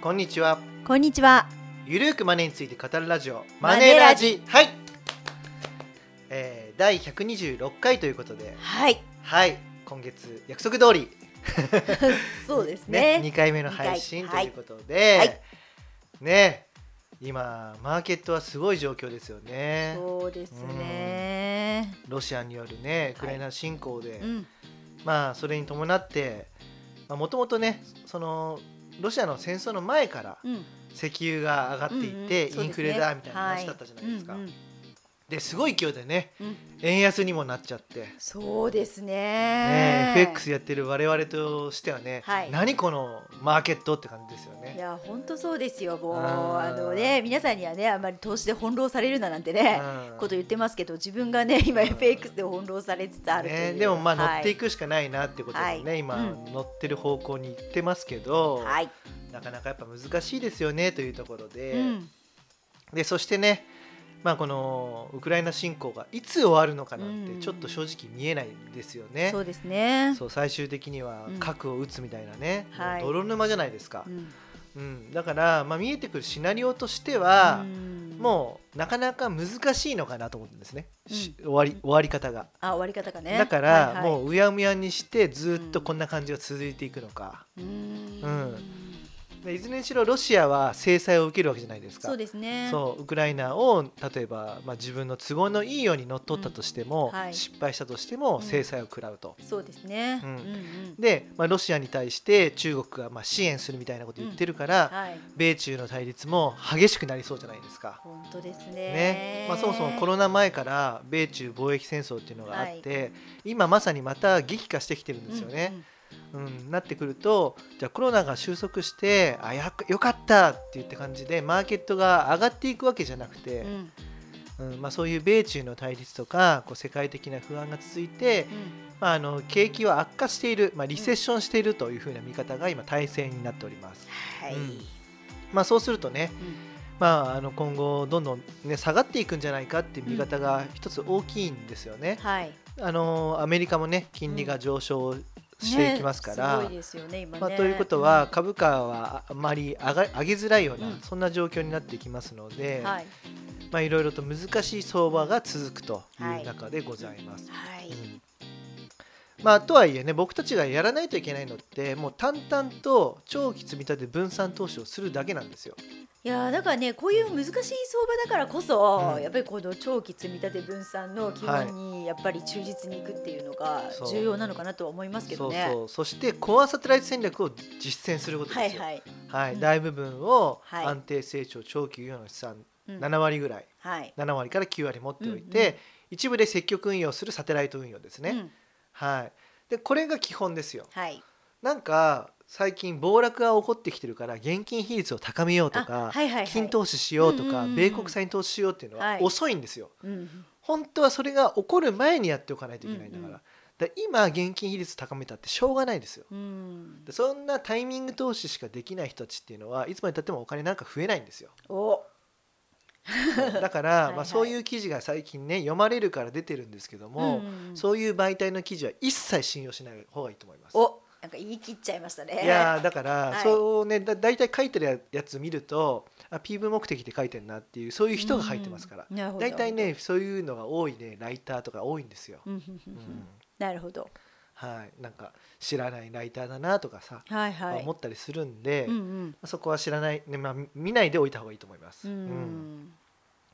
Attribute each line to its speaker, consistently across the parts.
Speaker 1: こんにちは
Speaker 2: こんにちは。
Speaker 1: ゆるーくマネについて語るラジオ
Speaker 2: マ
Speaker 1: マ
Speaker 2: ネ
Speaker 1: ネ
Speaker 2: ラ
Speaker 1: ラ
Speaker 2: ジ
Speaker 1: ジはい、えー、第126回ということで
Speaker 2: はい。
Speaker 1: はい今月約束通り
Speaker 2: そうです
Speaker 1: ね
Speaker 2: ね。
Speaker 1: 2回目の配信
Speaker 2: 二
Speaker 1: と
Speaker 2: 回
Speaker 1: いうことで、
Speaker 2: はい
Speaker 1: ね今マーケットはすごい状況ですよね
Speaker 2: そうですね。
Speaker 1: ロシアによるねウクライナ侵攻で、
Speaker 2: うん。
Speaker 1: まあそれに伴ってもともとねそのロシアの戦争の前から
Speaker 2: うん。
Speaker 1: 石油が上がっていて、
Speaker 2: うんうんそうですね
Speaker 1: インフレだみたいな話だったじゃないですか、
Speaker 2: はいうんうん
Speaker 1: ですごい勢いでね、
Speaker 2: うん
Speaker 1: 円安にもなっちゃって、ね
Speaker 2: そうですね
Speaker 1: え FX やってる我々としてはね、
Speaker 2: はい
Speaker 1: 何このマーケットって感じですよ
Speaker 2: い
Speaker 1: ね。
Speaker 2: や本当そうですよもう
Speaker 1: あ
Speaker 2: あ
Speaker 1: ー
Speaker 2: のね皆さんにはねあんまり投資で翻弄されるななんてね、
Speaker 1: うん
Speaker 2: こと言ってますけど自分がね今
Speaker 1: うん
Speaker 2: FX で翻弄されつつあるという、
Speaker 1: ね、でもまあ乗
Speaker 2: はい
Speaker 1: っていくしかないなってことでね、
Speaker 2: はい
Speaker 1: 今
Speaker 2: う
Speaker 1: 乗ってる方向に行ってますけど、
Speaker 2: はい、
Speaker 1: なかなかやっぱ難しいですよねというところで、
Speaker 2: うん
Speaker 1: でそしてねまあこのウクライナ侵攻がいつ終わるのかなんて
Speaker 2: うん
Speaker 1: ちょっと正直見えないですよね。
Speaker 2: そうですね
Speaker 1: そう最終的には
Speaker 2: うん
Speaker 1: 核を撃つみたいなね、
Speaker 2: はい
Speaker 1: もう泥沼じゃないですか、
Speaker 2: うん
Speaker 1: うん、だから、まあ、見えてくるシナリオとしては、
Speaker 2: ん
Speaker 1: もうなかなか難しいのかなと思ってるんですね、し
Speaker 2: う
Speaker 1: 終わり終わり方が、
Speaker 2: あ終わり方がね
Speaker 1: だから、
Speaker 2: はいはい、
Speaker 1: もううやむやにしてずっとこんな感じが続いていくのか、
Speaker 2: うーん
Speaker 1: うんでいずれにしろロシアは制裁を受けるわけじゃないですか
Speaker 2: そうですね
Speaker 1: そうウクライナを例えば、まあ、自分の都合のいいように乗っ取ったとしても、
Speaker 2: うんはい
Speaker 1: 失敗したとしても
Speaker 2: うん
Speaker 1: 制裁を食らうと。
Speaker 2: そうですね、
Speaker 1: う
Speaker 2: うんんうん
Speaker 1: で、まあ、ロシアに対して中国がまあ支援するみたいなこと言ってるから、
Speaker 2: はい
Speaker 1: 米中の対立も激しくなりそうじゃないですか。
Speaker 2: 本当ですね
Speaker 1: ねまあ、そもそもコロナ前から米中貿易戦争っていうのがあって、今まさにまた激化してきてるんですよね。、うんなってくるとじゃあコロナが収束してあやよかったって言って感じでマーケットが上がっていくわけじゃなく
Speaker 2: うんうんう
Speaker 1: て、
Speaker 2: ん
Speaker 1: うんまあ、そういう米中の対立とかこう世界的な不安が続いて、まあ、あの景気は悪化している、まあ、リセッションしているというふうな見方が今体制になっております。
Speaker 2: はい、
Speaker 1: うんまあ、そうするとね、まあ、あの今後どんどん、ね、下がっていくんじゃないかっていう見方が一つ大きいんですよね。
Speaker 2: はい
Speaker 1: あのアメリカもね金利が上昇していきますから、
Speaker 2: ね、すごいですよね今ね、
Speaker 1: まあ、ということは株価はああまり上が上げづらいような、
Speaker 2: うん
Speaker 1: そんな状況になっていきますの
Speaker 2: う
Speaker 1: で、
Speaker 2: ん、はい
Speaker 1: まあ、いろいろと難しい相場が続くとい
Speaker 2: は
Speaker 1: う
Speaker 2: い
Speaker 1: 中でございます。
Speaker 2: はい、
Speaker 1: うんまあ、とはいえね僕たちがやらないといけないのってもう淡々と長期積み立て分散投資をするだけなんですよ。
Speaker 2: いやーだからねこういう難しい相場だからこそ、
Speaker 1: うん
Speaker 2: やっぱりこの長期積立分散の基本にやっぱり忠実にいくっていうのが
Speaker 1: そう
Speaker 2: 重要なのかなとは思いますけどね。
Speaker 1: そうそうそしてコアサテライト戦略を実践すること
Speaker 2: は
Speaker 1: で
Speaker 2: い
Speaker 1: すよ、はい
Speaker 2: はい、うん
Speaker 1: 大部分を
Speaker 2: はい
Speaker 1: 安定成長長期運用の資産
Speaker 2: うん
Speaker 1: 7割ぐらい
Speaker 2: はい
Speaker 1: 7割から9割持っておいて、
Speaker 2: うんうん
Speaker 1: 一部で積極運用するサテライト運用ですね、
Speaker 2: うん
Speaker 1: はいでこれが基本ですよ
Speaker 2: はい
Speaker 1: なんか最近暴落が起こってきてるから現金比率を高めようとか、
Speaker 2: あはいはいはい、
Speaker 1: 金投資しようとか、
Speaker 2: うんうんうん
Speaker 1: 米国債に投資しようっていうのは
Speaker 2: はい
Speaker 1: 遅いんですよ、
Speaker 2: うん
Speaker 1: 本当はそれが起こる前にやっておかないといけないんだから,、
Speaker 2: うんうん
Speaker 1: だから今現金比率高めたってしょうがないですよ
Speaker 2: うん
Speaker 1: で、そんなタイミング投資しかできない人たちっていうのはいつまでたってもお金なんか増えないんです よ
Speaker 2: お
Speaker 1: だから
Speaker 2: はい
Speaker 1: ま
Speaker 2: は
Speaker 1: あ、
Speaker 2: い
Speaker 1: そういう記事が最近ね読まれるから出てるんですけども、
Speaker 2: んん
Speaker 1: そういう媒体の記事は一切信用しない方がいいと思います。
Speaker 2: おなんか言い切っちゃいましたね。
Speaker 1: いやーだから、
Speaker 2: はい
Speaker 1: そうねだ大体書いてるやつ見るとあ PV 目的で書いてるなっていうそういう人が書いてますから、
Speaker 2: うんなるほど
Speaker 1: 大体ねそういうのが多いねライターとか多いんですよ。
Speaker 2: うんうんう
Speaker 1: うん
Speaker 2: うんんなるほど
Speaker 1: はい、なんか知らないライターだなとかさ、
Speaker 2: はいはい
Speaker 1: 思ったりするんで、
Speaker 2: うんうん
Speaker 1: そこは知らない、ねまあ、見ないでおいた方がいいと思います。
Speaker 2: う
Speaker 1: うん
Speaker 2: ん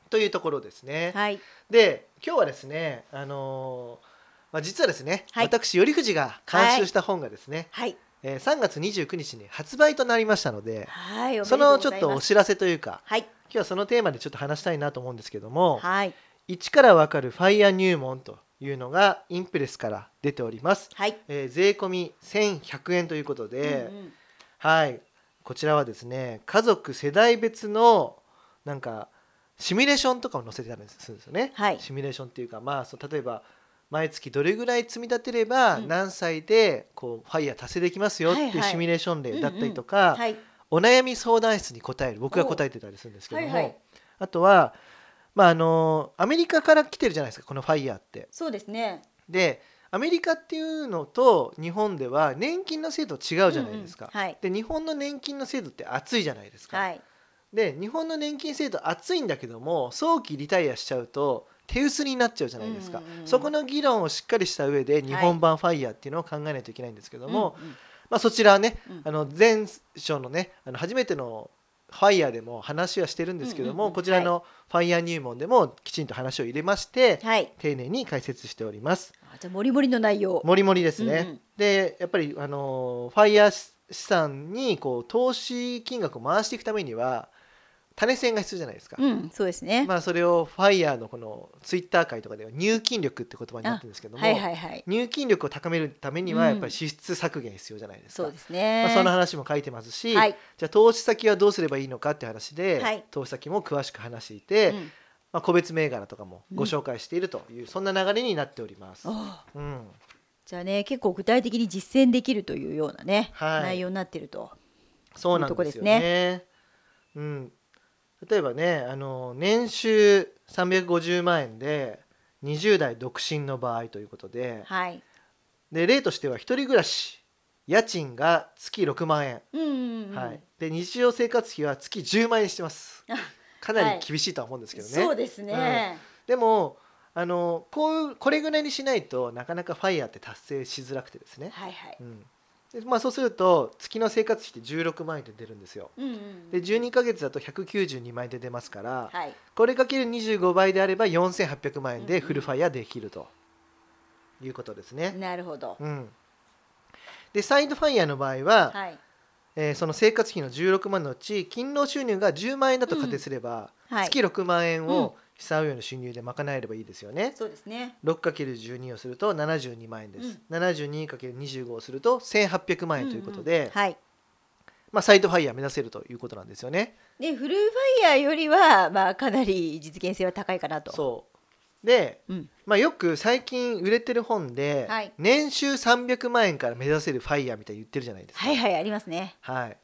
Speaker 1: というところですね。
Speaker 2: はい
Speaker 1: で今日はですね、あのーまあ、実はですね、
Speaker 2: はい
Speaker 1: 私頼藤が監修した本がですね、
Speaker 2: はい
Speaker 1: えー3月29日に発売となりましたので
Speaker 2: はいおめで
Speaker 1: そ
Speaker 2: とう
Speaker 1: の
Speaker 2: ご
Speaker 1: ちょ
Speaker 2: ざ
Speaker 1: っ
Speaker 2: い
Speaker 1: と
Speaker 2: ま
Speaker 1: お
Speaker 2: す
Speaker 1: 知らせというか
Speaker 2: はい
Speaker 1: 今日はそのテーマでちょっと話したいなと思うんですけども
Speaker 2: はい
Speaker 1: 「一からわかるファイヤー入門」というのがインプレスから出ております。
Speaker 2: はい
Speaker 1: えー税込み1100円ということで、
Speaker 2: うんうん
Speaker 1: はいこちらはですね家族世代別のなんかシミュレーションとかを載せてたりするんですよね、
Speaker 2: はい
Speaker 1: シミュレーションっていうかまあそう例えば毎月どれぐらい積み立てれば
Speaker 2: うん
Speaker 1: 何歳でこうファイヤー達成できますよって
Speaker 2: はい
Speaker 1: いう
Speaker 2: はい
Speaker 1: シミュレーション例だったりとか、
Speaker 2: はい
Speaker 1: お悩み相談室に答える僕が答えてたりするんですけども、
Speaker 2: おはいはい
Speaker 1: あとは、まあ、あのアメリカから来てるじゃないですかこのファイヤーって。
Speaker 2: そうですね
Speaker 1: でアメリカっていうのと日本では年金の制度違うじゃないですか。
Speaker 2: うんうんはい
Speaker 1: で日本の年金の制度って厚いじゃないですか。
Speaker 2: はい
Speaker 1: で日本の年金制度厚いんだけども早期リタイアしちゃうと手薄になっちゃうじゃないですか、
Speaker 2: うんうんうん
Speaker 1: そこの議論をしっかりした上で日本版ファイヤーっていうのを考えないといけないんですけども、
Speaker 2: うんうん
Speaker 1: まあ、そちらはね、
Speaker 2: うん
Speaker 1: あの前章のねあの初めてのファイヤーでも話はしてるんですけども、
Speaker 2: うんうんうん
Speaker 1: こちらのファイヤー入門でもきちんと話を入れまして、
Speaker 2: はい
Speaker 1: 丁寧に解説しております。
Speaker 2: あじゃあモリモリの内容
Speaker 1: もりもりですね、
Speaker 2: うんうん
Speaker 1: でやっぱりあのファイヤー資産にこう投資金額を回していくためには種銭が必要じゃないですか、
Speaker 2: うんそうですね、
Speaker 1: まあ、それをファイヤーのこのツイッター界とかでは入金力って言葉になってるんですけども、
Speaker 2: はいはいはい
Speaker 1: 入金力を高めるために
Speaker 2: う
Speaker 1: は
Speaker 2: ん
Speaker 1: やっぱり支出削減必要じゃないですか、
Speaker 2: そうですね、
Speaker 1: まあ、その話も書いてますし、
Speaker 2: はい、
Speaker 1: じゃあ投資先はどうすればいいのかって話で、
Speaker 2: はい
Speaker 1: 投資先も詳しく話していて、
Speaker 2: うん
Speaker 1: まあ、個別銘柄とかもご紹介しているという、そんな流れになっております。
Speaker 2: ああ
Speaker 1: うん
Speaker 2: じゃあね結構具体的に実践できるというようなね、
Speaker 1: はい
Speaker 2: 内容になってると
Speaker 1: そうなんですよね。
Speaker 2: いいとこ
Speaker 1: うん、例えばねあの年収350万円で20代独身の場合ということで
Speaker 2: はい
Speaker 1: で例としては一人暮らし家賃が月6万円、
Speaker 2: うんうんうん
Speaker 1: はい、で日常生活費は月10万円にして ます
Speaker 2: あ
Speaker 1: かな
Speaker 2: はい
Speaker 1: り厳しいとは思うんですけどね、
Speaker 2: そうですね、
Speaker 1: でもあのこうこれぐらいにしないとなかなかファイヤーって達成しづらくてですね、
Speaker 2: はいはい
Speaker 1: うんでまあ、そうすると月の生活費って16万円で出るんですよ。
Speaker 2: うんうん
Speaker 1: で12ヶ月だと192万円で出ますから、
Speaker 2: はい
Speaker 1: これかける25倍であれば4800万円
Speaker 2: うんう
Speaker 1: で
Speaker 2: ん
Speaker 1: フルファイヤーできるということですね。
Speaker 2: なるほど、
Speaker 1: うん、でサイドファイヤーの場合は、
Speaker 2: はい
Speaker 1: えーその生活費の16万のうち勤労収入が10万円だと仮定すれば、
Speaker 2: はい
Speaker 1: 月6万円を資産運用の収入で賄えればいいですよね。
Speaker 2: そうですね
Speaker 1: 6×12 をすると72万円です。72×25 をすると1800万円ということで、
Speaker 2: んんはい
Speaker 1: まあ、サイドファイヤー目指せるということなんですよね。
Speaker 2: でフルファイヤーよりはまあかなり実現性は高いかなと
Speaker 1: そうで、
Speaker 2: うん
Speaker 1: まあ、よく最近売れてる本で、
Speaker 2: はい
Speaker 1: 年収300万円から目指せるファイヤーみたいに言ってるじゃないですか。
Speaker 2: はいはいありますね
Speaker 1: はい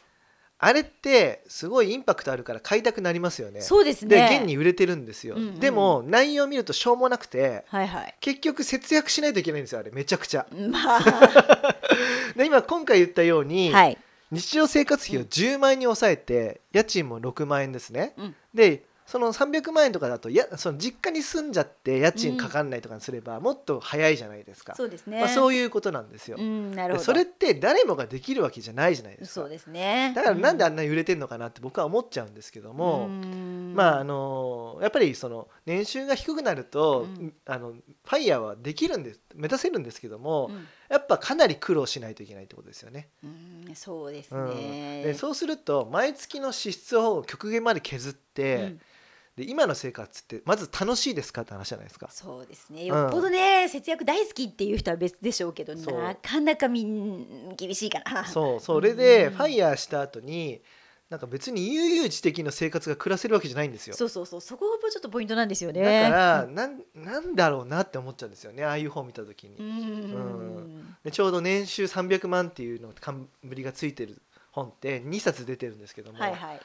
Speaker 1: あれってすごいインパクトあるから買いたくなりますよね。
Speaker 2: そうです
Speaker 1: で
Speaker 2: ね
Speaker 1: 現に売れてるんですよ。
Speaker 2: うんうん
Speaker 1: でも内容見るとしょうもなくて
Speaker 2: はいはい
Speaker 1: 結局節約しないといけないんですよあれめちゃくちゃ。
Speaker 2: まあ
Speaker 1: で今今回言ったように、
Speaker 2: はい
Speaker 1: 日常生活費を10万円に抑えて家賃も6万円ですね、
Speaker 2: うん
Speaker 1: でその300万円とかだとやその実家に住んじゃって家賃かかんないとかにすれば、もっと早いじゃないですか
Speaker 2: そうですね、
Speaker 1: まあ、そうういうことなんですよ、
Speaker 2: んなる
Speaker 1: で
Speaker 2: ほど
Speaker 1: それって誰もができるわけじゃないじゃないです
Speaker 2: そう
Speaker 1: か
Speaker 2: ですね
Speaker 1: だからなんであ
Speaker 2: うん
Speaker 1: なに売れてんのかなって僕は思っちゃうんですけども、
Speaker 2: ん
Speaker 1: まああのやっぱりその年収が低くなると、
Speaker 2: うん
Speaker 1: あのファイヤーはできるんです目指せるんですけども、
Speaker 2: うん
Speaker 1: やっぱかなり苦労しないといけないってことですよね。
Speaker 2: うんそうです
Speaker 1: うん
Speaker 2: ね、
Speaker 1: でそうすると毎月の支出を極限まで削って、
Speaker 2: うん
Speaker 1: で今の生活ってまず楽しいですかって話じゃないですか。
Speaker 2: そうですねよっぽどね、節約大好きっていう人は別でしょうけど
Speaker 1: そう
Speaker 2: なかなかみん厳しいかな
Speaker 1: そうそれで
Speaker 2: うん
Speaker 1: ファイヤーした後になんか別に悠々自適の生活が暮らせるわけじゃないんですよ。
Speaker 2: そうそうそうそこがちょっとポイントなんですよ
Speaker 1: だ
Speaker 2: ね
Speaker 1: から、なんなんだろうなって思っちゃうんですよねああいう本見た時に。
Speaker 2: うん、うん
Speaker 1: でちょうど年収300万っていうの冠がついてる本って2冊出てるんですけども、
Speaker 2: はいはい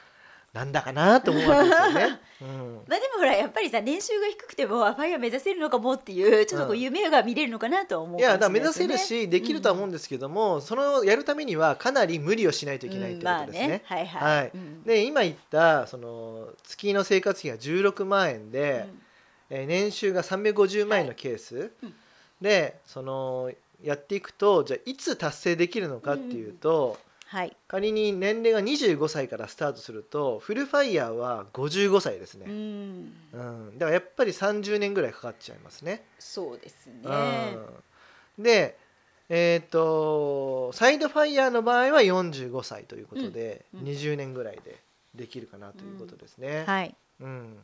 Speaker 1: なんだかなと思うわけですよ ね。うん
Speaker 2: まあでもほらやっぱりさ年収が低くてもあファイア目指せるのかもっていうちょっとこ
Speaker 1: う
Speaker 2: う
Speaker 1: ん
Speaker 2: 夢が見れるのかなとは思う
Speaker 1: い
Speaker 2: か
Speaker 1: や
Speaker 2: もし
Speaker 1: だから目
Speaker 2: れな
Speaker 1: 指
Speaker 2: いですよ
Speaker 1: せ
Speaker 2: ね
Speaker 1: るしできるとは思うんですけども、そのやるためにはかなり無理をしないといけないということですね。
Speaker 2: うんまあねはいはい、
Speaker 1: はい
Speaker 2: うん
Speaker 1: で今言ったその月の生活費が16万円で、えー年収が350万円のケース、
Speaker 2: うん
Speaker 1: でそのやっていくとじゃあいつ達成できるのかっていうと、
Speaker 2: はい
Speaker 1: 仮に年齢が25歳からスタートするとフルファイヤーは55歳です
Speaker 2: う
Speaker 1: ね、
Speaker 2: ん
Speaker 1: うんだからやっぱり30年ぐらいかかっちゃいますね。
Speaker 2: そうですね
Speaker 1: うんでえー、とサイドファイヤーの場合は45歳ということで、
Speaker 2: うんうん
Speaker 1: 20年ぐらいでできるかなということですね、
Speaker 2: はい
Speaker 1: うん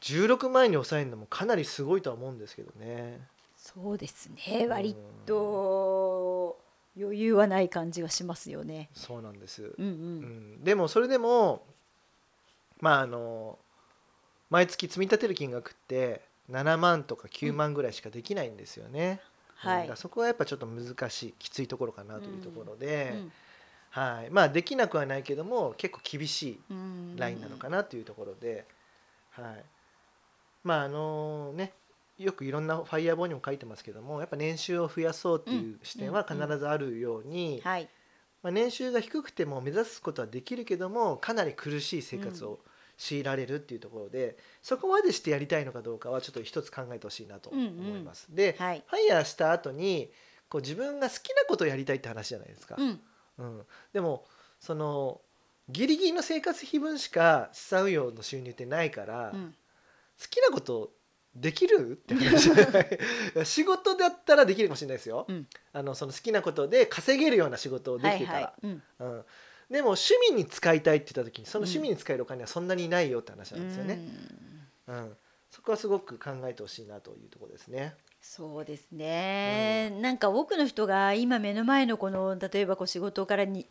Speaker 1: 16万円に抑えるのもかなりすごいとは思うんですけどね
Speaker 2: そうですね割と余裕はない感じがしますよね。
Speaker 1: そうなんです、
Speaker 2: うんう、
Speaker 1: うんん、でもそれでもまああの毎月積み立てる金額って7万とか9万ぐらいしかできないんですよね、うん
Speaker 2: は
Speaker 1: だ
Speaker 2: い
Speaker 1: から。そこはやっぱちょっと難しいきついところかなというところで、
Speaker 2: うん
Speaker 1: はい、まあできなくはないけども結構厳し
Speaker 2: うん
Speaker 1: いラインなのかなというところで、はい、まああのねよくいろんなファイヤーボーにも書いてますけどもやっぱ年収を増やそうっていう視点は必ずあるように、
Speaker 2: はい
Speaker 1: まあ、年収が低くても目指すことはできるけどもかなり苦しい生活を強いられるっていうところで、そこまでしてやりたいのかどうかはちょっと一つ考えてほしいなと思います。で、
Speaker 2: はい
Speaker 1: ファイヤーした後にこう自分が好きなことをやりたいって話じゃないですか。
Speaker 2: うん
Speaker 1: うん、でもそのギリギリの生活費分しか資産運用の収入ってないから、
Speaker 2: う
Speaker 1: 好
Speaker 2: ん
Speaker 1: きなことできるって話 仕事だったらできるかもしれないですよ、
Speaker 2: うん
Speaker 1: あのその好きなことで稼げるような仕事をで
Speaker 2: は
Speaker 1: き
Speaker 2: い
Speaker 1: てたら、
Speaker 2: はいうん
Speaker 1: うん、でも趣味に使いたいって言った時にその趣味に使えるお金はそんなにないよって話なんですよね、
Speaker 2: うん
Speaker 1: うんそこはすごく考えてほしいなというところですね
Speaker 2: そうですね、なんか多くの人が今目の前のこの例えばこう仕事からに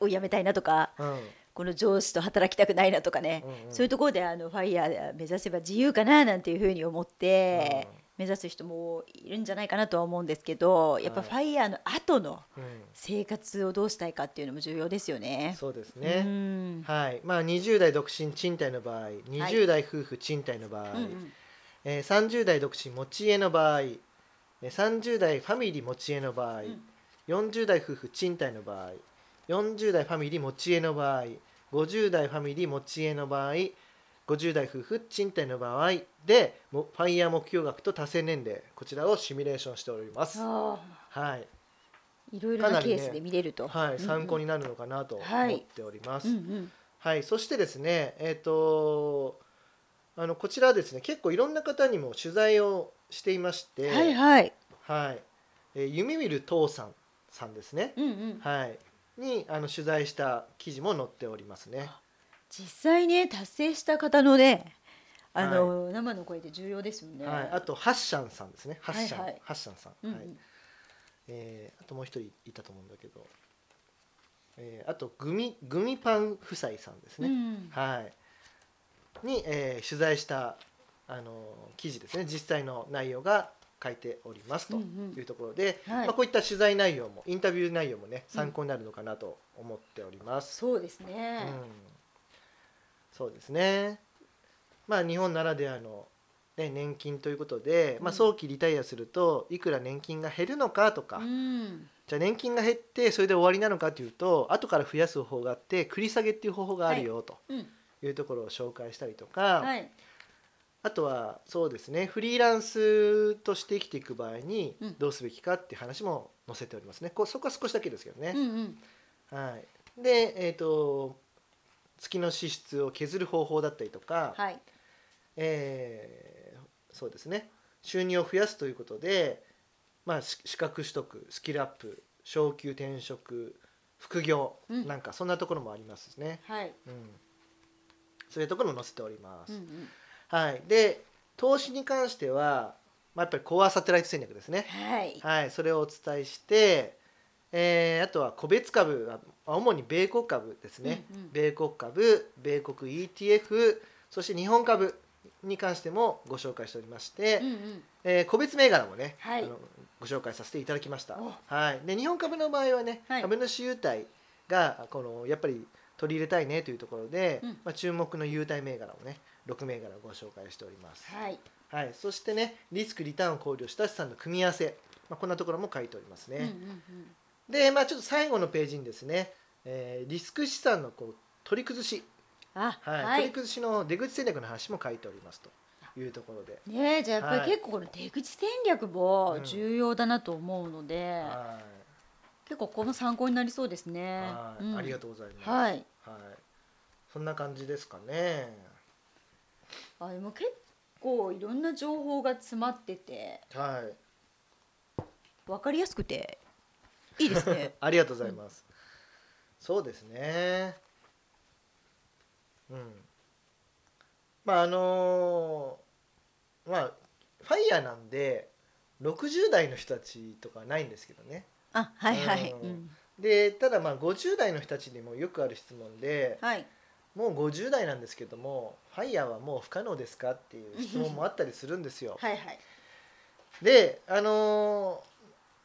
Speaker 2: を辞めたいなとか
Speaker 1: うんうん
Speaker 2: この上司と働きたくないなとかね、
Speaker 1: うん
Speaker 2: そういうところであのファイヤー目指せば自由かななんていうふうに思って
Speaker 1: うん
Speaker 2: 目指す人もいるんじゃないかなとは思うんですけどやっぱファイヤーの後の
Speaker 1: うん
Speaker 2: 生活をどうしたいかっていうのも重要ですよね。
Speaker 1: そうですね、
Speaker 2: ね
Speaker 1: はいまあ、20代独身賃貸の場合20代夫婦賃貸の場合、えー30代独身持ち家の場合えー30代ファミリー持ち家の場合、
Speaker 2: ん
Speaker 1: 40代夫婦賃貸の場合40代ファミリー持ち家の場合50代ファミリー持ち家の場合50代夫婦賃貸の場合でもファイヤー目標額と達成年齢こちらをシミュレーションしております。はい、
Speaker 2: いろいろ
Speaker 1: かな
Speaker 2: な
Speaker 1: りね
Speaker 2: ケースで見れると。
Speaker 1: はい、参考
Speaker 2: に。
Speaker 1: になるのかなと
Speaker 2: はい
Speaker 1: 思っております。
Speaker 2: うんうん
Speaker 1: はい、そしてですね、えっ、とあのこちらはですね、結構いろんな方にも取材をしていまして、
Speaker 2: はいはい。
Speaker 1: はいえー夢見る父さんさんですね、
Speaker 2: うんうん
Speaker 1: はい、にあの取材した記事も載っておりますね。
Speaker 2: 実際ね達成した方のねあの、生の声って重要ですよね。
Speaker 1: はい、あとハッシャンさんですね、ハッシャン、
Speaker 2: はいはい
Speaker 1: ハッシャンさん、
Speaker 2: うんうん
Speaker 1: はいえーあともう一人いたと思うんだけど、えーあとグミグミパン夫妻さんですね。
Speaker 2: うん
Speaker 1: はい、に、えー取材したあのー記事ですね実際の内容が書いておりますと
Speaker 2: うんうん
Speaker 1: いうところで、
Speaker 2: はい
Speaker 1: まあ、こういった取材内容もインタビュー内容もね参考になるのかなと思っております。
Speaker 2: そうです
Speaker 1: うん
Speaker 2: ね。
Speaker 1: そうですね、まあ、日本ならではの、ね、年金ということで、まあ、
Speaker 2: うん
Speaker 1: 早期リタイアするといくら年金が減るのかとか、
Speaker 2: うん
Speaker 1: じゃあ年金が減ってそれで終わりなのかというと後から増やす方法があって繰り下げっていう方法があるよと。
Speaker 2: うん
Speaker 1: いうところを紹介したりとか、
Speaker 2: はい
Speaker 1: あとはそうですねフリーランスとして生きていく場合に
Speaker 2: うん
Speaker 1: どうすべきかっていう話も載せておりますねこうそこは少しだけですけど
Speaker 2: うん
Speaker 1: ね、
Speaker 2: うん
Speaker 1: はい、で、えー、と月の支出を削る方法だったりとか、
Speaker 2: はい
Speaker 1: えーそうですね収入を増やすということで、まあ、し資格取得スキルアップ昇給転職副業
Speaker 2: うん
Speaker 1: なんかそんなところもありますしね、
Speaker 2: はい。
Speaker 1: うんそういうところも載せております。
Speaker 2: うんうん
Speaker 1: はい、で投資に関しては、まあ、やっぱりコアサテライト戦略ですね、
Speaker 2: はい。
Speaker 1: はい、それをお伝えして、えーあとは個別株はまあ主に米国株ですね、
Speaker 2: うんうん
Speaker 1: 米国株米国 ETF そして日本株に関してもご紹介しておりまして、
Speaker 2: うんうん
Speaker 1: えー個別銘柄もね、
Speaker 2: はい
Speaker 1: あのご紹介させていただきました
Speaker 2: お、
Speaker 1: はい、で日本株の場合はね、
Speaker 2: はい
Speaker 1: 株主優待がこのやっぱり取り入れたいねというところで、
Speaker 2: うん
Speaker 1: まあ、注目の優待銘柄をね6銘柄ご紹介しております、
Speaker 2: はい。
Speaker 1: はい、そしてねリスクリターンを考慮した資産の組み合わせ、まあ、こんなところも書いております
Speaker 2: うんうん
Speaker 1: ね、で、まあ、ちょっと最後のページにですね、えーリスク資産のこう取り崩し、
Speaker 2: うんあ
Speaker 1: はい
Speaker 2: は
Speaker 1: 取り
Speaker 2: い。
Speaker 1: 崩しの出口戦略の話も書いておりますというところで、
Speaker 2: ねじゃあやっぱ
Speaker 1: はい
Speaker 2: り結構この出口戦略も
Speaker 1: うん
Speaker 2: 重要だなと思うので、
Speaker 1: はい
Speaker 2: 結構ここも参考になりそうですね。
Speaker 1: はい、
Speaker 2: うん
Speaker 1: ありがとうございます。
Speaker 2: は
Speaker 1: は
Speaker 2: い。
Speaker 1: い。そんな感じですかね。
Speaker 2: あでも結構いろんな情報が詰まってて
Speaker 1: はい。
Speaker 2: 分かりやすくていいですね
Speaker 1: 。ありがとうございます。そうですね。うん。まああのーまあファイヤーなんで60代の人たちとかはないんですけどね。
Speaker 2: あはいはい、
Speaker 1: うん
Speaker 2: うん
Speaker 1: でただまあ50代の人たちにもよくある質問で、
Speaker 2: はい
Speaker 1: もう50代なんですけどもファイヤーはもう不可能ですかっていう質問もあったりするんですよ。
Speaker 2: はいはい
Speaker 1: であのー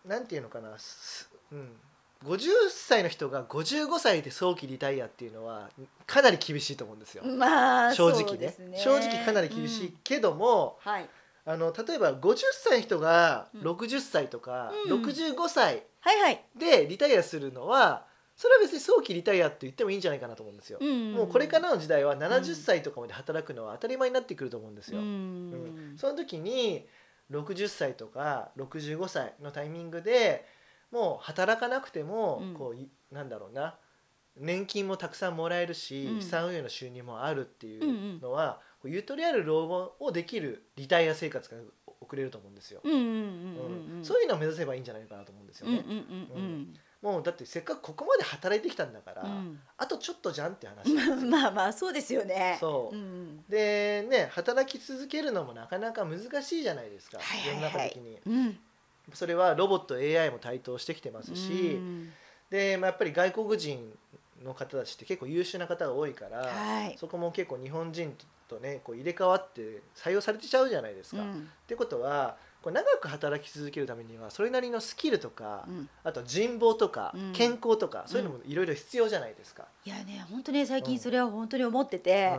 Speaker 1: なんていうのかな、すうん、50歳の人が55歳で早期リタイアっていうのはかなり厳しいと思うんですよ、
Speaker 2: まあ
Speaker 1: 正直
Speaker 2: そうで
Speaker 1: ね
Speaker 2: すね
Speaker 1: 正直かなり厳しいけども、
Speaker 2: うんはい
Speaker 1: あの例えば50歳の人が
Speaker 2: うん
Speaker 1: 60歳とか、
Speaker 2: うん
Speaker 1: 65歳
Speaker 2: はいはい。
Speaker 1: でリタイアするのはそれは別に早期リタイアって言ってもいいんじゃないかなと思うんですよ。
Speaker 2: ん
Speaker 1: もうこれからの時代は70歳とかまで働くのは当たり前になってくると思うんですよ。
Speaker 2: うん
Speaker 1: うんその時に60歳とか65歳のタイミングでもう働かなくても
Speaker 2: うん
Speaker 1: こうい、なんだろうな年金もたくさんもらえるし、
Speaker 2: うん
Speaker 1: 資産運用の収入もあるってい
Speaker 2: んう
Speaker 1: うんうのは、こうゆとりある老後をできるリタイア生活が送れると思うんですよ、
Speaker 2: うんうんうんうん。
Speaker 1: そういうのを目指せばいいんじゃないかなと思うんですよ
Speaker 2: うんうん
Speaker 1: ね、
Speaker 2: うん
Speaker 1: もうだってせっかくここまで働いてきたんだから、
Speaker 2: う
Speaker 1: あとちょっとじゃんって話なんですよ
Speaker 2: ん。まあまあそうですよね。
Speaker 1: そう、
Speaker 2: うん
Speaker 1: でね働き続けるのもなかなか難しいじゃないですか、
Speaker 2: はいはい
Speaker 1: 世
Speaker 2: はい
Speaker 1: の中的に
Speaker 2: うん。うん。
Speaker 1: それはロボット AI も台頭してきてますし、で、まあ、やっぱり外国人の方たちって結構優秀な方が多いから、
Speaker 2: はい。
Speaker 1: そこも結構日本人とねこう入れ替わって採用されてちゃうじゃないですか。
Speaker 2: う
Speaker 1: っ
Speaker 2: ん
Speaker 1: てことはこう長く働き続けるためにはそれなりのスキルとか、
Speaker 2: うん
Speaker 1: あと人望とか、
Speaker 2: うん
Speaker 1: 健康とかそういうのもいろいろ必要じゃないですか。
Speaker 2: いやね本当ね最
Speaker 1: う
Speaker 2: 近
Speaker 1: ん
Speaker 2: それは本当に思ってて、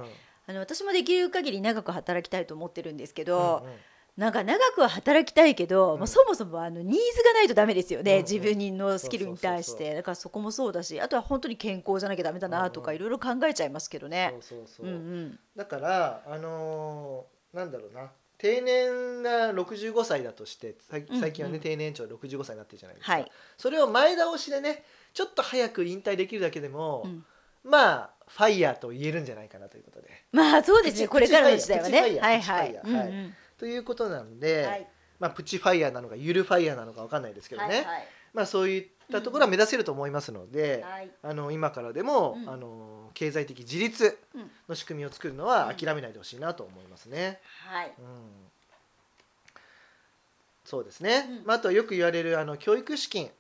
Speaker 1: うん
Speaker 2: あの私もできる限り長く働きたいと思ってるんですけど、
Speaker 1: うんうん
Speaker 2: なんか長くは働きたいけど、
Speaker 1: うん
Speaker 2: まあ、そもそもあのニーズがないとダメですよね、
Speaker 1: うんうん
Speaker 2: 自分のスキルに対
Speaker 1: そ
Speaker 2: し
Speaker 1: うそう
Speaker 2: てだからそこもそうだしあとは本当に健康じゃなきゃダメだなと
Speaker 1: う
Speaker 2: か
Speaker 1: んう
Speaker 2: い
Speaker 1: ん
Speaker 2: ろいろ考えちゃいますけどね。
Speaker 1: そうそうそうう、
Speaker 2: んうん
Speaker 1: だからあのーなんだろうな定年が65歳だとしてさい
Speaker 2: うんうん
Speaker 1: 最近はね、定年長65歳になってるじゃないですか、
Speaker 2: はい
Speaker 1: それを前倒しでねちょっと早く引退できるだけでも、
Speaker 2: うん
Speaker 1: まあファイヤーと言えるんじゃないかなということで。
Speaker 2: まあそうですね
Speaker 1: プチ
Speaker 2: これからの時代は
Speaker 1: プチ
Speaker 2: ね
Speaker 1: フ
Speaker 2: は
Speaker 1: ァイ
Speaker 2: い
Speaker 1: ヤー
Speaker 2: はい
Speaker 1: プチ
Speaker 2: う
Speaker 1: フ
Speaker 2: ん
Speaker 1: ァイ
Speaker 2: う
Speaker 1: ヤー
Speaker 2: ん
Speaker 1: ということなんで、
Speaker 2: はい
Speaker 1: まあ、プチファイヤーなのかゆるファイヤーなのか分かんないですけどね、
Speaker 2: はいはい
Speaker 1: まあ、そういったところは目指せると思いますので。
Speaker 2: はい
Speaker 1: あの今からでも、
Speaker 2: うん
Speaker 1: あの経済的自立の仕組みを作るのは
Speaker 2: うん
Speaker 1: 諦めないでほしいなと思いますね。
Speaker 2: はい
Speaker 1: うんそうですね、
Speaker 2: うん
Speaker 1: まあ、あとよく言われるあの教育資金、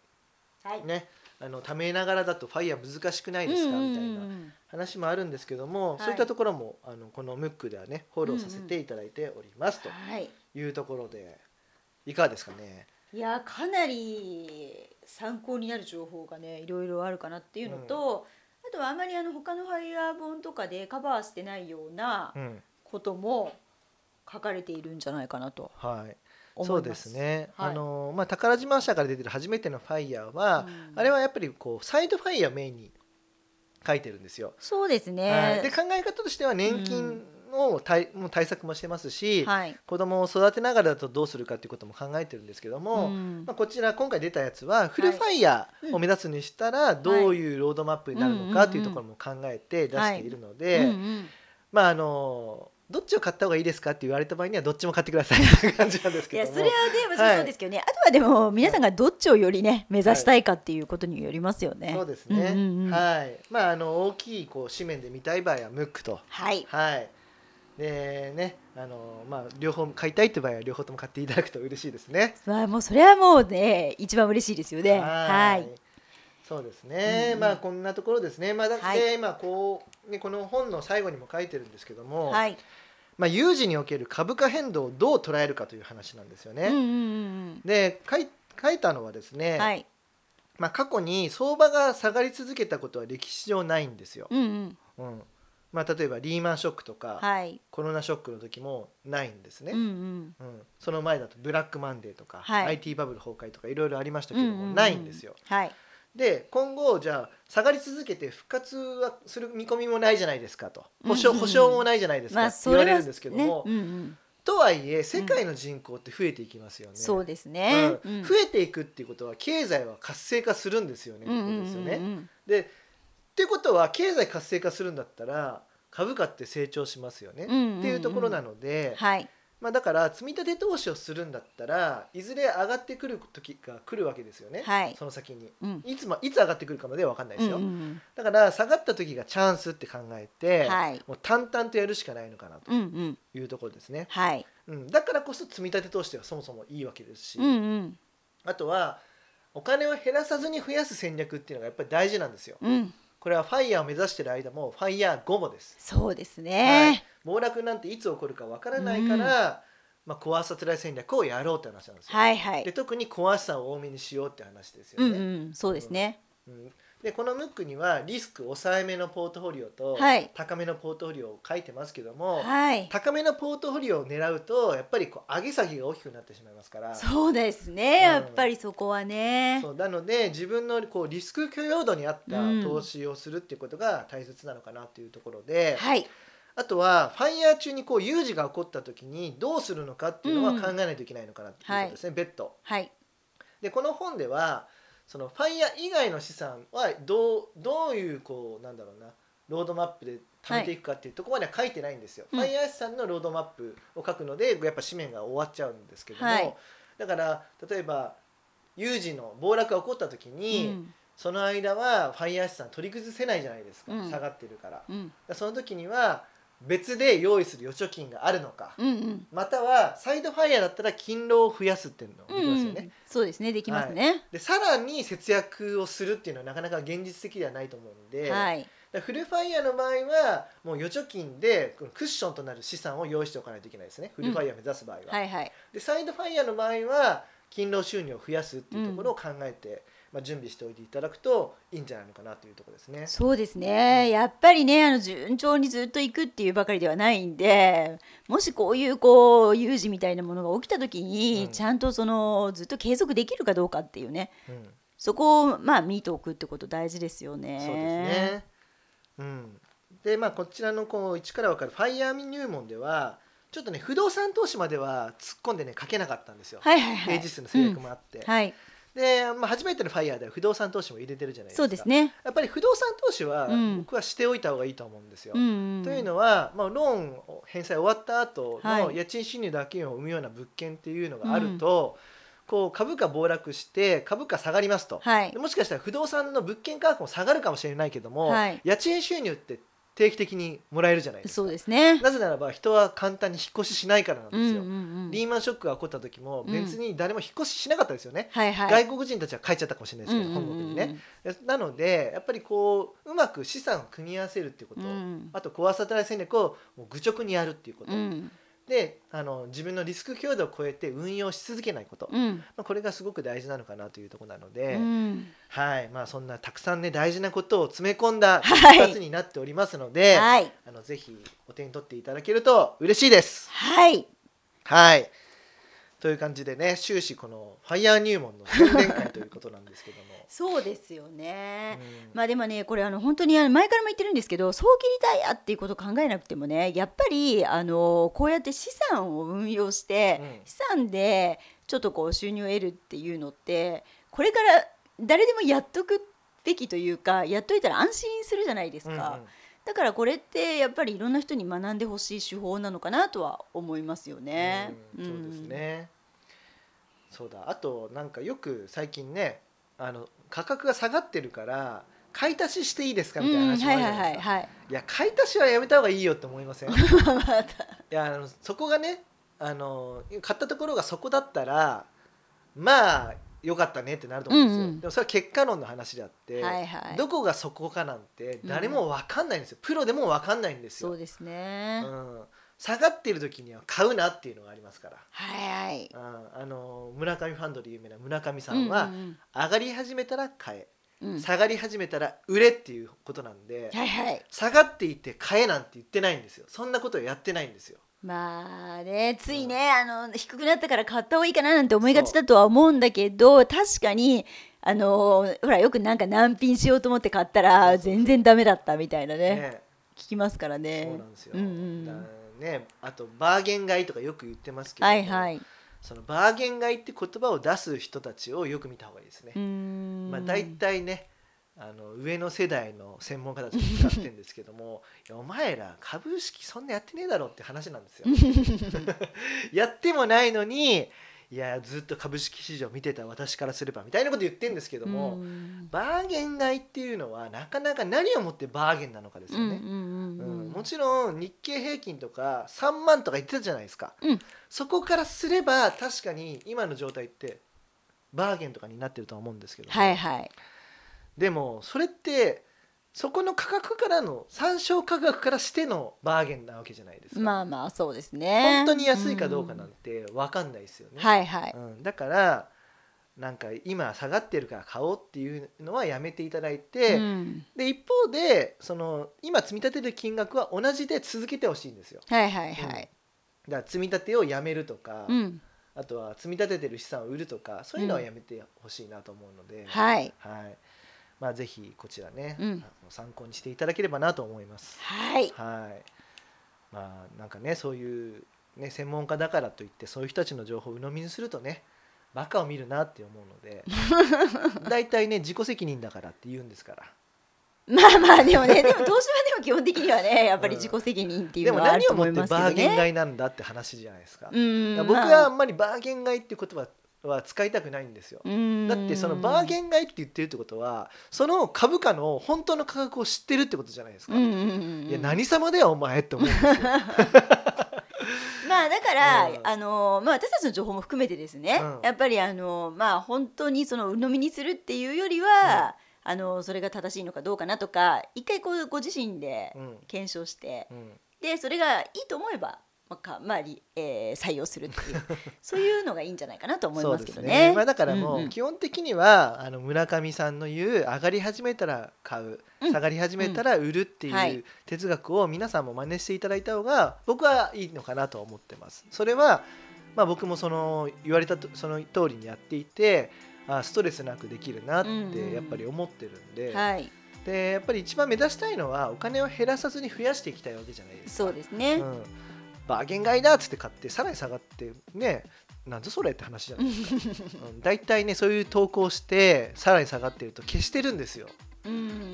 Speaker 2: はい
Speaker 1: ね、あの貯めながらだとファイヤー難しくないですか、みたい
Speaker 2: うんうん
Speaker 1: な
Speaker 2: うんうん
Speaker 1: 話もあるんですけども、
Speaker 2: い
Speaker 1: そういったところもあのこのムックではねフォローさせていただいております、
Speaker 2: はい
Speaker 1: というところでいかがですかね。
Speaker 2: いやかなり参考になる情報がねいろいろあるかなっていうのと、あとはあまりあの他のファイヤー本とかでカバーしてないような
Speaker 1: うん
Speaker 2: ことも書かれているんじゃないかなと
Speaker 1: はい、
Speaker 2: 思います。
Speaker 1: そうですね、
Speaker 2: はい
Speaker 1: あのまあ、宝島社から出てる初めてのファイヤーは、
Speaker 2: うん
Speaker 1: あれはやっぱりこうサイドファイヤーメインに書いてるんですよ。
Speaker 2: そうです
Speaker 1: はいで
Speaker 2: ね。
Speaker 1: 考え方としては年金の対,、もう対策もしてますし、
Speaker 2: はい。
Speaker 1: 子供を育てながらだとどうするかっていうことも考えてるんですけども、
Speaker 2: うん
Speaker 1: まあ、こちら今回出たやつはフルファイヤーを目指すにしたらどういうロードマップになるのかというところも考えて出しているので、
Speaker 2: うんうん
Speaker 1: まああのどっちを買った方がいいですかって言われた場合にはどっちも買ってくださいっていう感じなんです
Speaker 2: い
Speaker 1: け
Speaker 2: や
Speaker 1: ど
Speaker 2: そ
Speaker 1: も。
Speaker 2: れはでもそうですけどね、あとはでも皆さんがどっちをよりね目指したいかっていうことによりますよね。
Speaker 1: そうですね、
Speaker 2: んうんうんはい。
Speaker 1: はいまああの大きいこう紙面で見たい場合はムックとはい。でね、あのまあ両方買いたいって場合は両方とも買っていただくと嬉しいですね。
Speaker 2: まあもうそれはもうね一番嬉しいですよね。
Speaker 1: は
Speaker 2: はいい。
Speaker 1: そうですね。
Speaker 2: うんうん
Speaker 1: まあこんなところですね。まあだって、
Speaker 2: はい
Speaker 1: 今こうねこの本の最後にも書いてるんですけども、
Speaker 2: はい。
Speaker 1: まあ有事における株価変動をどう捉えるかという話なんですよ
Speaker 2: うんう
Speaker 1: ね。
Speaker 2: んうん
Speaker 1: で書い書いたのはです
Speaker 2: う
Speaker 1: ね、
Speaker 2: ん。はい。
Speaker 1: まあ過去に相場が下がり続けたことは歴史上ないんですよ。
Speaker 2: うんうん。
Speaker 1: うん。まあ例えばリーマンショックとか、
Speaker 2: はい。
Speaker 1: コロナショックの時もないんですね。
Speaker 2: うんう
Speaker 1: う
Speaker 2: ん。
Speaker 1: ん、その前だとブラックマンデーとか、
Speaker 2: はい
Speaker 1: IT バブル崩壊とかいろいろありました
Speaker 2: う
Speaker 1: け
Speaker 2: ん
Speaker 1: ど
Speaker 2: う
Speaker 1: も、
Speaker 2: う
Speaker 1: ないんですよ。。
Speaker 2: はい。
Speaker 1: で今後じゃあ下がり続けて復活はする見込みもないじゃないですかと保
Speaker 2: う
Speaker 1: 証
Speaker 2: んうん
Speaker 1: 保証もないじゃないですかって言われるんですけど
Speaker 2: ね。
Speaker 1: も、
Speaker 2: うんうん。
Speaker 1: とはいえ世界の人口って増えていきますよね。
Speaker 2: そうで
Speaker 1: う
Speaker 2: すね
Speaker 1: ん。
Speaker 2: うん
Speaker 1: 増えていくっていうことは経済は活性化するんですよね。ってことですよ
Speaker 2: うんう
Speaker 1: ね。
Speaker 2: んうんうん
Speaker 1: でってことは経済活性化するんだったら株価って成長しますよね。
Speaker 2: うんうんうん
Speaker 1: っていうところなので、
Speaker 2: はい。
Speaker 1: まあ、だから積み立て投資をするんだったらいずれ上がってくる時が来るわけですよね、
Speaker 2: はい
Speaker 1: その先に
Speaker 2: うん。
Speaker 1: いつもいつ上がってくるかまでは分かんないですよ、
Speaker 2: うんうん
Speaker 1: だから下がった時がチャンスって考え
Speaker 2: う
Speaker 1: て、
Speaker 2: ん。はい。
Speaker 1: もう淡々とやるしかないのかな
Speaker 2: うんうん。
Speaker 1: というところですね、
Speaker 2: はい。
Speaker 1: うん、だからこそ積み立て投資ではそもそもいいわけですし、
Speaker 2: うんうん。
Speaker 1: あとはお金を減らさずに増やす戦略っていうのがやっぱり大事なんですよ
Speaker 2: うん。
Speaker 1: これはファイヤーを目指してる間もファイヤー後もです
Speaker 2: そうです
Speaker 1: は
Speaker 2: ね
Speaker 1: い。、暴落なんていつ起こるかわからないから、まあ、コアサテライト戦略をやろうって話なんですよ。
Speaker 2: はいは
Speaker 1: で
Speaker 2: い。
Speaker 1: 特にコア資産を多めにしようって話です
Speaker 2: う
Speaker 1: よ
Speaker 2: んう
Speaker 1: ね。
Speaker 2: ん。そうですね。
Speaker 1: うんでこのムックにはリスク抑えめのポートフォリオと
Speaker 2: はい
Speaker 1: 高めのポートフォリオを書いてますけども、
Speaker 2: はい。
Speaker 1: 高めのポートフォリオを狙うとやっぱりこう上げ下げが大きくなってしまいますから
Speaker 2: そうです
Speaker 1: うん
Speaker 2: ね。やっぱりそこはね。
Speaker 1: そうなので自分のこうリスク許容度に合った
Speaker 2: うん
Speaker 1: 投資をするっていうことが大切なのかなというところで、
Speaker 2: はい。
Speaker 1: あとはファイヤー中にこう有事が起こった時にどうするのかっていうのは
Speaker 2: うん
Speaker 1: 考えないといけないのかなっていうことですね、別途。
Speaker 2: はい。
Speaker 1: でこの本ではそのファイヤー以外の資産はどうどういうこうなんだろうなロードマップで貯めていくかっていうところまでは書いてないんですよ。
Speaker 2: うん
Speaker 1: ファイヤー資産のロードマップを書くのでやっぱ紙面が終わっちゃうんですけども、
Speaker 2: はい
Speaker 1: だから例えば有事の暴落が起こった時に、
Speaker 2: うん
Speaker 1: その間はファイヤー資産取り崩せないじゃないですか、
Speaker 2: うん
Speaker 1: 下がってるから。だか
Speaker 2: うん
Speaker 1: らその時には別で用意する預貯金があるのか、
Speaker 2: うんうん。
Speaker 1: またはサイドファイヤーだったら勤労を増やすっていうのができますよね。
Speaker 2: うんそうですね。できますね。
Speaker 1: でさらに節約をするっていうのはなかなか現実的ではないと思うんで、
Speaker 2: はい。
Speaker 1: だからフルファイヤーの場合はもう預貯金でこのクッションとなる資産を用意しておかないといけないですねフルファイヤーを目指す場合は。
Speaker 2: はいはい。
Speaker 1: でサイドファイヤーの場合は勤労収入を増やすっていうところを考えて、まあ、準備しておいていただくといいんじゃないのかなというところですね。
Speaker 2: そうですね、やっぱりねあの順調にずっと行くっていうばかりではないんでもしこういうこう有事みたいなものが起きた時に、
Speaker 1: うん
Speaker 2: ちゃんとそのずっと継続できるかどうかっていうね
Speaker 1: うん
Speaker 2: そこをまあ見ておくってこと大事ですよね。
Speaker 1: そうですね。うん、でまあこちらのこう一から分かるファイヤー入門ではちょっとね不動産投資までは突っ込んでね書けなかったんですよ。
Speaker 2: はいはいは
Speaker 1: ペ
Speaker 2: い。
Speaker 1: ージ数の制約もあって、
Speaker 2: うんはい、
Speaker 1: で、まあ、初めてのファイヤーでは不動産投資も入れてるじゃないですか
Speaker 2: そうですね。
Speaker 1: やっぱり不動産投資は
Speaker 2: うん
Speaker 1: 僕はしておいた方がいいと思うんですよ、
Speaker 2: うんうん、
Speaker 1: というのは、まあ、ローンを返済終わった後
Speaker 2: は
Speaker 1: の
Speaker 2: い
Speaker 1: 家賃収入だけを生むような物件っていうのがあると、こう株価暴落して株価下がりますと、
Speaker 2: はい
Speaker 1: で、もしかしたら不動産の物件価格も下がるかもしれないけども、
Speaker 2: はい
Speaker 1: 家賃収入って定期的にもらえるじゃないですか
Speaker 2: そうですね。
Speaker 1: なぜならば人は簡単に引っ越ししないからなんですよ、
Speaker 2: うんうんうん
Speaker 1: リーマンショックが起こった時も
Speaker 2: うん
Speaker 1: 別に誰も引っ越ししなかったですよね、
Speaker 2: はいはい。
Speaker 1: 外国人たちは帰っちゃったかもしれないですけど、
Speaker 2: うんうん
Speaker 1: 本
Speaker 2: うん
Speaker 1: 国にね。でなのでやっぱりこううまく資産を組み合わせるっていうこ
Speaker 2: う
Speaker 1: と、
Speaker 2: ん
Speaker 1: あとコアサテライト戦略をもう愚直にやるっていうこと、
Speaker 2: うん
Speaker 1: であの自分のリスク強度を超えて運用し続けないこと、ま
Speaker 2: うん
Speaker 1: あ、これがすごく大事なのかなというところなの
Speaker 2: う
Speaker 1: で、
Speaker 2: ん
Speaker 1: はいまあ、そんなたくさんね大事なことを詰め込んだ
Speaker 2: はい
Speaker 1: 2つになっておりますので、
Speaker 2: はい
Speaker 1: あのぜひお手に取っていただけると嬉しいです。
Speaker 2: はい
Speaker 1: はい。という感じでね、終始このファイヤー入門の宣伝会ということなんですけども。
Speaker 2: そうですよね。
Speaker 1: うん
Speaker 2: まあでもねこれあの本当にあの前からも言ってるんですけど早期リタイアっていうことを考えなくてもねやっぱりあのこうやって資産を運用して、
Speaker 1: うん
Speaker 2: 資産でちょっとこう収入を得るっていうのってこれから誰でもやっとくべきというかやっといたら安心するじゃないですか、
Speaker 1: うんうん
Speaker 2: だからこれってやっぱりいろんな人に学んでほしい手法なのかなとは思いますよね。
Speaker 1: うんそうですね。そうだ。あとなんかよく最近ね、あの価格が下がってるから買い足ししていいですか
Speaker 2: う、
Speaker 1: みたいなん話も
Speaker 2: は
Speaker 1: あ
Speaker 2: い
Speaker 1: るじ
Speaker 2: は
Speaker 1: ゃな
Speaker 2: いはいい
Speaker 1: ですか。
Speaker 2: はい。
Speaker 1: いや買い足しはやめた方がいいよって思いません。い
Speaker 2: まあまあ
Speaker 1: やあのそこがね、あの買ったところがそこだったら、まあ良かったねってなると思うんですよ。
Speaker 2: うんうん
Speaker 1: でもそれは結果論の話であって。
Speaker 2: はいはい。
Speaker 1: どこがそこかなんて誰も分かんないんですよ、プロでも分かんないんです
Speaker 2: そ
Speaker 1: よ
Speaker 2: うですね。
Speaker 1: うん、下がってる時には買うなっていうのがありますから、
Speaker 2: はいはい。
Speaker 1: うんあの村上ファンドで有名な村上さんは、
Speaker 2: うんうん
Speaker 1: 上がり始めたら買え、
Speaker 2: うんうん
Speaker 1: 下がり始めたら売れっていうことなんで、
Speaker 2: はいはい。
Speaker 1: 下がっていて買えなんて言ってないんですよそんなことをやってないんですよ
Speaker 2: まあね、ついね、あの低くなったから買った方がいいかななんて思いがちだとは思うんだけど、確かに。あのほらよくなんか難品しようと思って買ったら全然ダメだったみたいなね
Speaker 1: ね
Speaker 2: 聞きますからね
Speaker 1: そうなんですよ、
Speaker 2: うんうん
Speaker 1: だねあとバーゲン買いとかよく言ってますけど、
Speaker 2: はいはい
Speaker 1: そのバーゲン買いって言葉を出す人たちをよく見た方がいいですね、
Speaker 2: うーん
Speaker 1: まあ、大体ねあの上の世代の専門家たちが使ってるんですけど もいやお前ら株式そんなやってねえだろって話なん ですよ。 やってもないのにいやずっと株式市場見てた私からすればみたいなこと言ってるんですけども、
Speaker 2: うーん
Speaker 1: バーゲン買いっていうのはなかなか何をもってバーゲンなのかですよね。
Speaker 2: うんうん
Speaker 1: う
Speaker 2: うんうん
Speaker 1: ん、もちろん日経平均とか3万とか言ってたじゃないですか、
Speaker 2: うん
Speaker 1: そこからすれば確かに今の状態ってバーゲンとかになってるとは思うんですけども、
Speaker 2: はいはい
Speaker 1: でもそれってそこの価格からの参照価格からしてのバーゲンなわけじゃないですか、
Speaker 2: まあまあそうですね
Speaker 1: 本当に安いかどうかなんて分かんないですよね、
Speaker 2: はいはい
Speaker 1: うん、だからなんか今下がってるから買おうっていうのはやめていただいて、
Speaker 2: うん
Speaker 1: で一方でその今積み立てる金額は同じで続けてほしいんですよ。
Speaker 2: はいはいはい。
Speaker 1: だから積み立てをやめるとか、
Speaker 2: うん、
Speaker 1: あとは積み立ててる資産を売るとかそういうのはやめてほしいなと思うので、
Speaker 2: はい。
Speaker 1: はいまあ、ぜひこちらね、
Speaker 2: うん
Speaker 1: あの参考にしていただければなと思います。
Speaker 2: はい。
Speaker 1: はいまあ、なんかねそういう、ね、専門家だからといってそういう人たちの情報を鵜呑みにするとねバカを見るなって思うの で大体ね自己責任だからって言うんですから
Speaker 2: まあまあで もね、でも投資はでも基本的にはね、やっぱり自己責任ってい
Speaker 1: で
Speaker 2: うの
Speaker 1: も
Speaker 2: はある
Speaker 1: 何
Speaker 2: と
Speaker 1: をも
Speaker 2: 思
Speaker 1: っ
Speaker 2: い
Speaker 1: て
Speaker 2: ま
Speaker 1: バ
Speaker 2: すけ
Speaker 1: ーゲ
Speaker 2: ど
Speaker 1: ン
Speaker 2: ね。
Speaker 1: 買いなんだって話じゃないですか,、
Speaker 2: うん
Speaker 1: 僕はあ
Speaker 2: まあ
Speaker 1: んまりバーゲン買いっていう言葉は使いたくないんですよ、
Speaker 2: うん
Speaker 1: だってそのバーゲン買いって言ってるってことはその株価の本当の価格を知ってるってことじゃないですか、
Speaker 2: うんうんうんうん
Speaker 1: いや何様だよお前っ て思うんですよ、
Speaker 2: まあだから、
Speaker 1: うん
Speaker 2: あのまあ、私たちの情報も含めてですね、
Speaker 1: うん
Speaker 2: やっぱりあの、まあ、本当にその鵜呑みにするっていうよりは、あのそれが正しいのかどうかなとか一回こうご自身で
Speaker 1: うん
Speaker 2: 検証して、
Speaker 1: うん
Speaker 2: でそれがいいと思えば、まあかまありえー採用するっていう そういうのがいいんじゃないかなと思いますけ
Speaker 1: そ
Speaker 2: ど
Speaker 1: うです
Speaker 2: ね。
Speaker 1: まあ、だからも
Speaker 2: ん
Speaker 1: うん基本的には、あの村上さんの言う上がり始めたら買う、
Speaker 2: うん
Speaker 1: 下がり始めたら売るって
Speaker 2: うんはいいう
Speaker 1: 哲学を皆さんも真似していただいた方が僕はいいのかなと思ってます。それは、まあ、僕もその言われたとその通りにやっていてあストレスなくできるなっ
Speaker 2: うんうん
Speaker 1: てやっぱり思ってるんで,、
Speaker 2: はい、
Speaker 1: でやっぱり一番目指したいのはお金を減らさずに増やしていきたいわけじゃないですか。
Speaker 2: そうですね。
Speaker 1: うん、バーゲン買いだっつって買ってさらに下がってねなんぞそれって話じゃないです か、うん、大体ねそういう投稿してさらに下がってると消してるんですよ、
Speaker 2: うん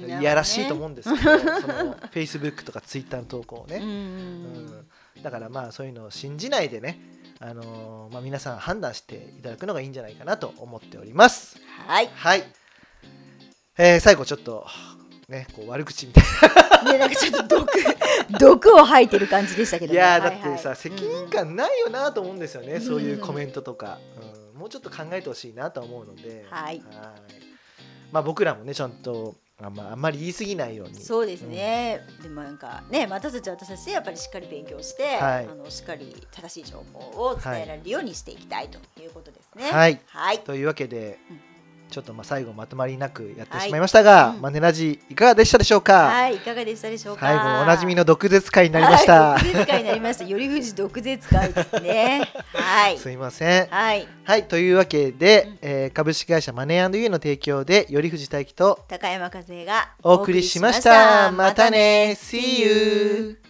Speaker 1: いやらしいと思うんですけ ど、その Facebook とか Twitter の投稿を
Speaker 2: なるほど
Speaker 1: ね、う
Speaker 2: ねうん
Speaker 1: んだからまあそういうのを信じないでねあのーまあ、皆さん判断していただくのがいいんじゃないかなと思っております。
Speaker 2: はい。
Speaker 1: はい、えー最後ちょっと、ね、こう悪口みたいな
Speaker 2: ね、なんかちょっ と毒毒を吐いてる感じでしたけど
Speaker 1: い
Speaker 2: ね、
Speaker 1: やー
Speaker 2: は
Speaker 1: だ
Speaker 2: い
Speaker 1: ってさ、
Speaker 2: はい
Speaker 1: 責任感ないよなと思うんですよね、
Speaker 2: うん
Speaker 1: そういうコメントとか、うんもうちょっと考えてほしいなと思うので、
Speaker 2: はい
Speaker 1: いまあ、僕らもねちゃんとあ,、まあ、あんまり言い過ぎないように
Speaker 2: そうですね、でもなんかねまあ私たちは私たちでやっぱりしっかり勉強して、
Speaker 1: はい
Speaker 2: あのしっかり正しい情報を伝えられるようにしていきたいということですね
Speaker 1: はい
Speaker 2: はい、
Speaker 1: というわけで、
Speaker 2: うん
Speaker 1: ちょっとまあ最後まとまりなくやって
Speaker 2: はい
Speaker 1: しまいましたが、
Speaker 2: うん
Speaker 1: マネラジいかがでしたでしょうか、
Speaker 2: はい、いかがでしたでしょうか
Speaker 1: 最後おなじみの毒舌会になりました、
Speaker 2: はい、毒舌会になりましたより富士毒舌会で すねはい
Speaker 1: すいませんはい、
Speaker 2: はい
Speaker 1: というわけで、
Speaker 2: うん
Speaker 1: えー株式会社マネーユーの提供でより富士大輝と
Speaker 2: 高山和恵が
Speaker 1: お送りしましたまたね See you